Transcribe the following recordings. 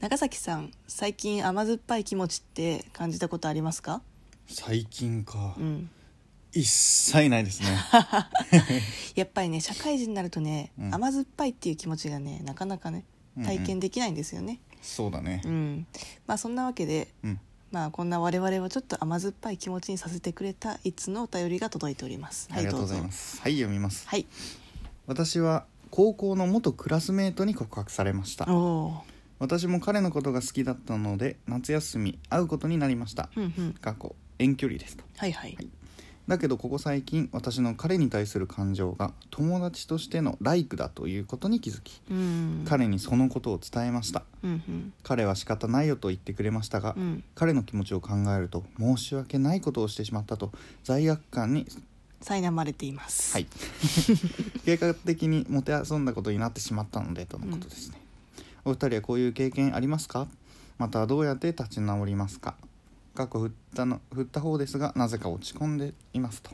長崎さん最近甘酸っぱい気持ちって感じたことありますか最近か、うん一切ないですねやっぱりね社会人になるとね、うん甘酸っぱいっていう気持ちがねなかなかね体うんう験んできないんですよねそうだねうん、まあそんなわけでうんまあこんな我々をちょっと甘酸っぱい気持ちにさせてくれた一通のお便りが届いておりますありがとうございますすはい読みますはい私は高校の元クラスメートに告白されましたおお私も彼のことが好きだったので夏休み会うことになりましたーうんうん過去遠距離ですとはいはい、はいだけどここ最近私の彼に対する感情が友達としてのライクだということに気づきうん彼にそのことを伝えましたうんうん彼は仕方ないよと言ってくれましたが、うん彼の気持ちを考えると申し訳ないことをしてしまったと罪悪感に、苛まれていますは、 い、計画的にもてあそんだことになってしまったのでとのことですね、お二人はこういう経験ありますかまたどうやって立ち直りますか過去振ったの振った方ですがなぜか落ち込んでいますと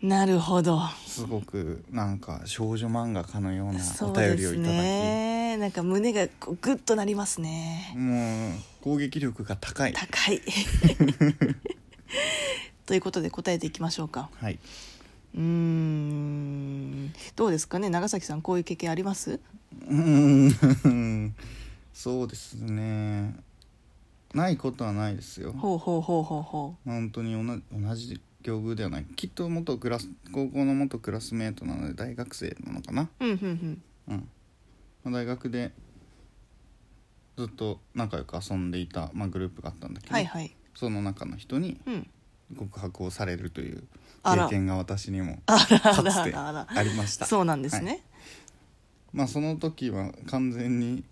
なるほどすごくなんか少女漫画家のようなそおうで便りをすいただきねなんか胸がこうグッとなりますねもう攻撃力が高い高い ということで答えていきましょうかはいうーんどうですかね長崎さんこういう経験ありますうーん そうですねないことはないですよほうほうほうほうほ本当に同じ同じ境遇ではないきっと元クラス高校の元クラスメートなので大学生なのかなううんうんうんうんまあ大学でずっと仲良く遊んでいた、まあ、グループがあったんだけど、はいはいその中の人にうん告白をされるというあら経験が私にもあらあかつらあてらあらありましたそうなんですね、まあその時は完全に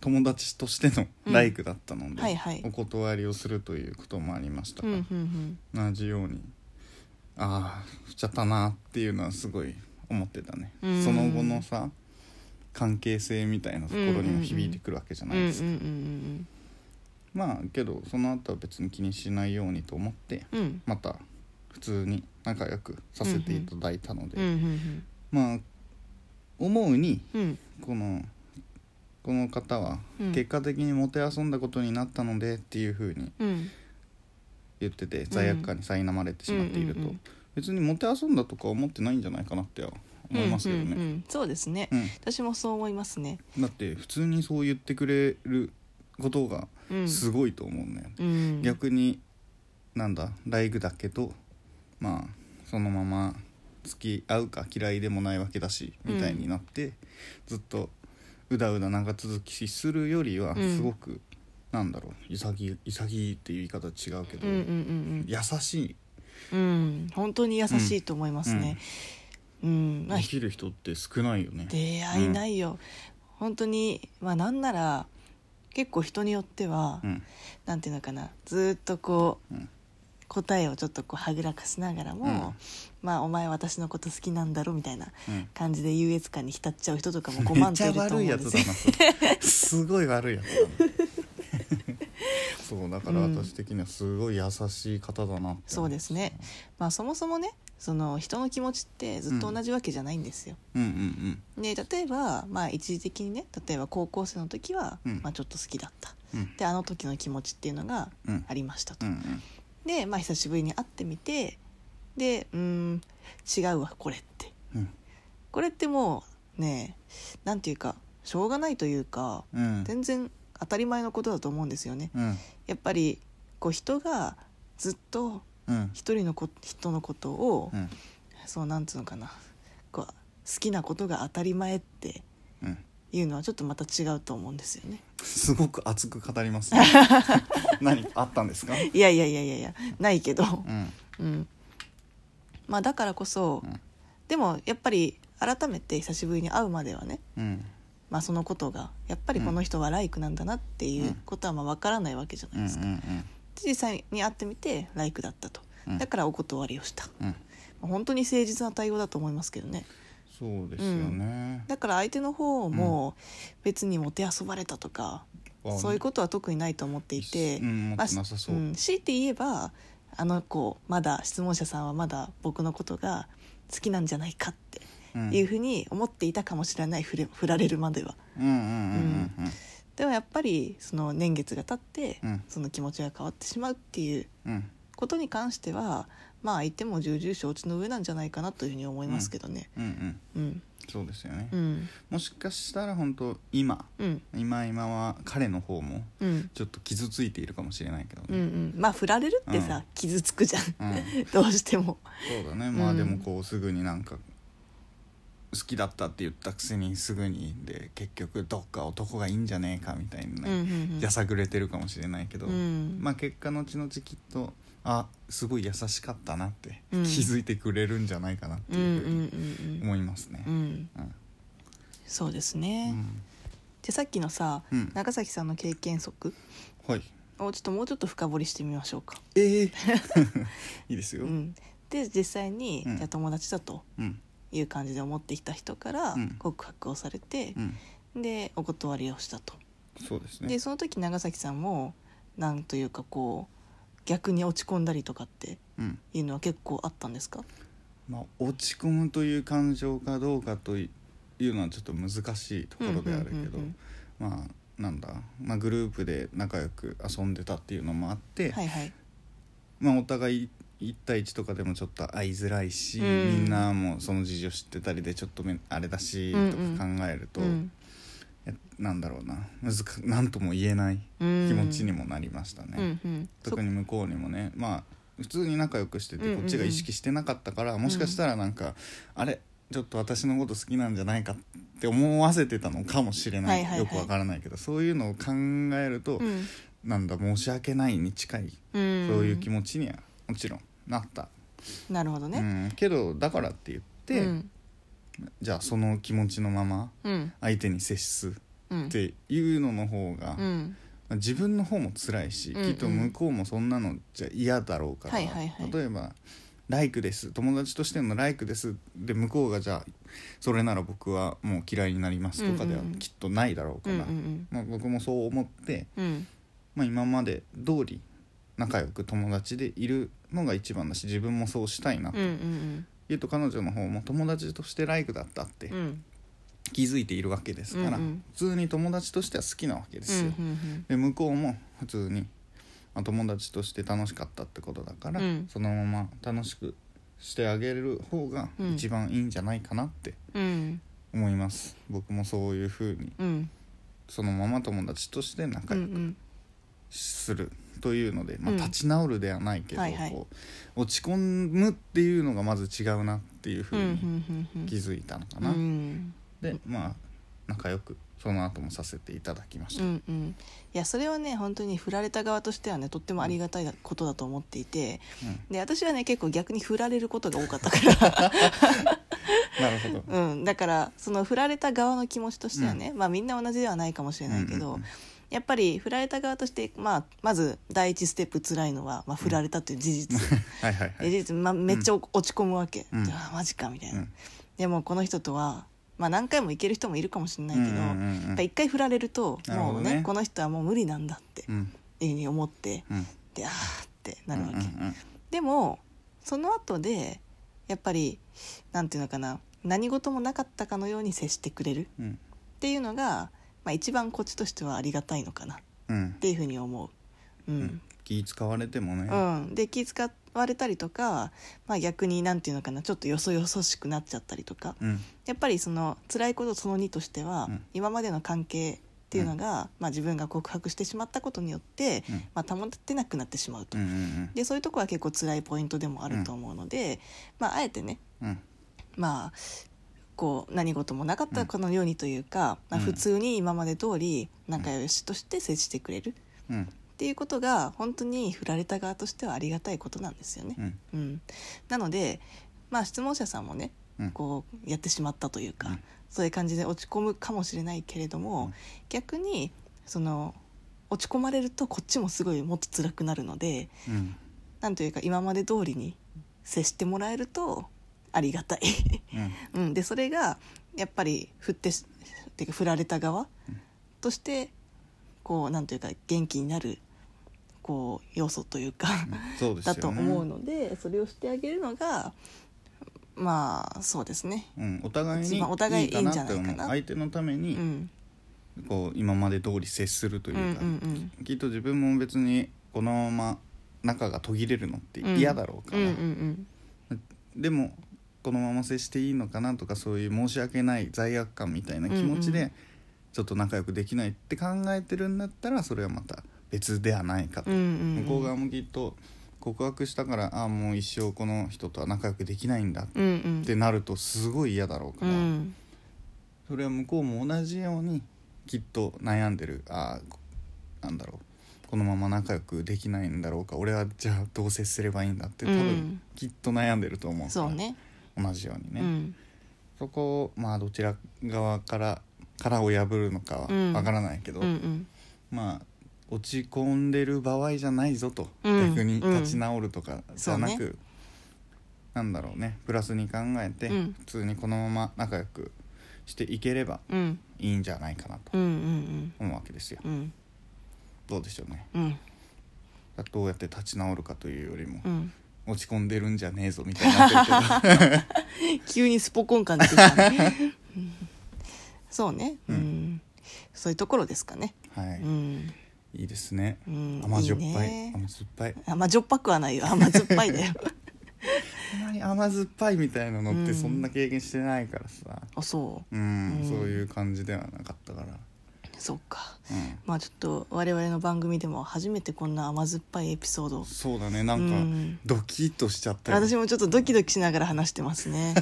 友達としてのライクだったので、うんはいはいお断りをするということもありましたうが、んうんうん同じようにああしちゃったなっていうのはすごい思ってたねうんその後のさ関係性みたいなところにも響いてくるわけじゃうんなういんでうんすか、まあけどその後は別に気にしないようにと思ってうんうんまた普通に仲良くさせていただいたので、うんうんまあ思うにうんうんこのこの方はうん結果的にもてあそんだことになったのでっていうふうにうん言ってて罪悪感に苛まれてしまっていると、うんうんうん別にもてあそんだとか思ってないんじゃないかなっては思いますけどね、うんうんうんそうですね、うん私もそう思いますね、だって普通にそう言ってくれることがうん、すごいと思うね、うん、逆になんだライブだけどまあそのまま付き合うか嫌いでもないわけだしうんみたいになって、ずっとうだうだ長続きするよりはうんすごく、なんだろう潔い潔いっていう言い方は違うけうど、んうん優しいうんうん本当に優しいと思いますねうん、まあできる人って少ないよね。出会いないよ、本当にまあなんなら結構人によっては、うんなんていうのかなずーっとこう、うん答えをちょっとこうはぐらかしながらも、うんまあお前私のこと好きなんだろみたいなうん感じで優越感に浸っちゃう人とかも5万といると思うんめっちゃ悪でいやつすだよなそれすごい悪いやつだなそうだから私的にはすごい優しい方だなって思いまそうですねまあそもそもねその人の気持ちってずっと同じわけじゃないんですよ、うんうんで例えば、まあ、一時的にね例えば高校生の時は、うんまあ、ちょっと好きだったうんうんであの時の気持ちっていうのがうんありましたうと、んうんで、まあ、久しぶりに会ってみてでうーん違うわこれってうんこれってもうねなんていうかしょうがないというかうん全然当たり前のことだと思うんですよねうんやっぱりこう人がずっとうん一人のこ人のことを、うんそうなんつうのかなこう好きなことが当たり前ってうんいうのはちょっとまた違うと思うんですよねすごく熱く語りますね何かあったんですかいやいやいやいやいやないけど、うんうん、まあだからこそ、うんでもやっぱり改めて久しぶりに会うまではね、うんまあ、そのことがやっぱりこの人はライクなんだなっていうことはまあ分からないわけじゃなういんうんですか、実際に会ってみてライクだったとうんだからお断りをした、まうんあ本当に誠実な対応だと思いますけどねそうですよねだから相手の方も別にもてあそばれたとか、あそういうことは特にないと思っていて、うんまあ持ってなさそううん強いて言えばあの子まだ質問者さんはまだ僕のことが好きなんじゃないかってうんいうふうに思っていたかもしれないふれ振られるまではうんうんうんうんうんでもやっぱりその年月が経って、うんその気持ちが変わってしまうっていううんことに関してはまあ相手も重々承知の上なんじゃないかなというふうに思いますけどね。うんうんうん、そうですよね、うん、もしかしたら本当今うん、今今は彼の方もうん、ちょっと傷ついているかもしれないけどね、うん、うん、まあ振られるってさ、うん傷つくじゃん。うん どうしても。そうだねまあでうもんこうすぐになんか好きだったって言ったくせにすぐにで結局どっか男がいいんじゃねえかみたいなうん、うね、ん、やさぐれてるかもしれないけど、うんまあ結果後々きっとあすごい優しかったなって気うんづいてくれるんじゃないかなってうん、うん、いううふうにん、うん、思いますねう。ん、うんそうですうね。んで、さっきのさ、うん長崎さんの経験則はいをちょっともうちょっと深掘りしてみましょうか。ええ いいですよ。ううんん、で、実際に、うんじゃあ友達だと。うんいう感じで思ってきた人からうん告白をされて、でお断りをしたと、そうですねで。その時長崎さんもなんというかこう逆に落ち込んだりとかってうんいうのは結構あったんですかまあ落ち込むという感情かどうかというのはちょっと難しいところであるけうんうんうんどうんまあなんだ、まあ、グループで仲良く遊んでたっていうのもあって、はいはいまあ、お互い1対1とかでもちょっと会いづらいし、うんみんなもその事情知ってたりでちょっとめあれだしうんとか考えると、うんやなんだろうな難かなんとも言えないうん気持ちにもなりましたね。うんうんそ特に向こうにもねまあ普通に仲良くしてうんうてんうんこっちが意識してなかったから、もしかしたらなんか、あれちょっと私のこと好きなんじゃないかって思わせてたのかもしれなはいい,、はいはいよくわからないけどそういうのを考えると、うんなんだ申し訳ないに近い、うんそういう気持ちにはもちろんなった、なるほどうね、ん、けどだからって言って、うんじゃあその気持ちのままうん相手に接すうんっ、ていうのの方が、うん自分の方も辛いし、うんうんきっと向こうもそんなのじゃ嫌だろうから、はいはいはい例えば「ライクです」友達としての「ライクです」で向こうがじゃあそれなら僕はもう嫌いになりますとかではうんうんうんきっとないだろううかんら、うんまあ、僕もそう思って、うんまあ、今まで通り仲良く友達でいるのが一番だし自分もそうしたいな、うんうん言うと彼女の方も友達として「ライクだったってうん気づいているわけですから、うんうん普通に友達としては好きなわけでうすよ。んで向こうも普通にまあ友達として楽しかったってことだから、うんそのまま楽しくしてあげる方がうん一番いいんじゃないかなってうん思います、僕もそういうふうにうんそのまま友達として仲う良くんするというので、まあ、うん立ち直るではないけど、はいはいこう落ち込むっていうのがまず違うなっていうふううんうんにうん気づいたのかうな、んでまあ仲良くその後もさせていただきましうた、んうん、いやそれはね本当に振られた側としてはねとってもありがたいことだと思っていて、で私はね結構逆に振られることが多かったかなるほど、ら、うん、だからその振られた側の気持ちとしてはね、まあみんな同じではないかもしれないけど、うんうんうんやっぱり振られた側として、まあ、まず第一ステップ辛いのは、まあ、振られたという事実、 はいはいはでい、事実、まあ、めっちゃ落ち込むわけ、うんでああマジかみたいな、うんでもこの人とは、まあ、何回も行ける人もいるかもしれないけど、うんうんうんうんやっぱ一回振られるとなるほもどうねねこの人はもう無理なんだってうんいうふうに思ってうんであーってなるわけ、うんうんでもその後でやっぱりなんていうのかな何事もなかったかのように接してくれるっうんていうのが、まあ、一番こっちとしてはありがたいのかなっうんていうふうに思う。ううんん、気使われてもね、うん、で気遣われたりとか、まあ、逆になんていうのかなちょっとよそよそしくなっちゃったりとかうんやっぱりその辛いことその2としては、うん今までの関係っていうのが、まあ、自分が告白してしまったことによって、うんまあ、保てなくなってしまうと、うんうんでそういうとこは結構辛いポイントでもあると思うので、まあ、あえてね、うんうんまあ、こう何事もなかったかのようにというか、まあ、うん普通に今まで通り仲良しとして接してくれるっうんていうことが本当に振られた側としてはありがたいことなんですよね。うんうん、なので、まあ、質問者さんもねうんこうやってしまったというか、うんそういう感じで落ち込むかもしれないけれども、うん逆にその落ち込まれるとこっちもすごいもっと辛くなるのでうんなんというか今まで通りに接してもらえるとありがたい、 うんうん、でそれがやっぱり振ってしっていうか振られた側うんとしてこうなんというか元気になるこう要素というか、そうですだよねと思うのでそれをしてあげるのがまあそうですねうん、お互いに一番お互いいいんじゃないかな思う相手のためうにんこう今まで通り接するといううんか、うんきっと自分も別にこのまま仲が途切れるのってうん嫌だろうかうんうんら、うんでもこのまま接していいのかなとかそういう申し訳ない罪悪感みたいな気持ちうんでちょっと仲良くできないって考えてるんだったらそれはまた別ではないかと、うんうんうん向こう側もきっと告白したからああもう一生この人とは仲良くできないんだうんうんってなるとすごい嫌だろうかうら、んそれは向こうも同じようにきっと悩んでるああなんだろうこのまま仲良くできないんだろうか俺はじゃあどう接すればいいんだって多う分んきっと悩んでると思うから、そうね同じようにね、うんそこをまあどちら側から殻を破るのかうんはわからないけど、うんうんまあ落ち込んでる場合じゃないぞと、うん逆に立ち直るとかじゃなうんく、そなんだろうねプラスに考えて、うん普通にこのまま仲良くしていければうんいいんじゃないかなとうんうん思うわけですよ。うんうんどうでしょうねうんどうやって立ち直るかというよりも、 うん落ち込んでるんじゃねえぞみたいになってるけど。急にスポコン感出てきたねうんそうねううんんそういうところですかね はい、うんいいですね。うん甘じょっぱいいね甘酸っぱい。甘じょっぱくはないよ甘酸っぱいだよ あんまり甘酸っぱいみたいなのってうんそんな経験してないからさ、あそうんうんそういう感じではなかったから、うそうかうん、まあちょっと我々の番組でも初めてこんな甘酸っぱいエピソードをそうだねなうんかんドキッとしちゃったよ私もちょっとドキドキしながら話してます ね、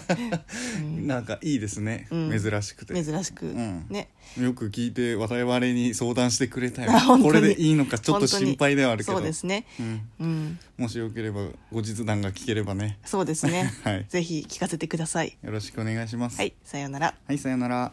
うんなんかいいですね、うん珍しくて珍しく、うんねよく聞いて我々に相談してくれたよあ本当こにれでいいのかちょっと心配ではあるけどそうですねうん、うんもしよければ後日談が聞ければねそうですね はいぜひ聞かせてくださいよろしくお願いしますはいさようならはい、さようなら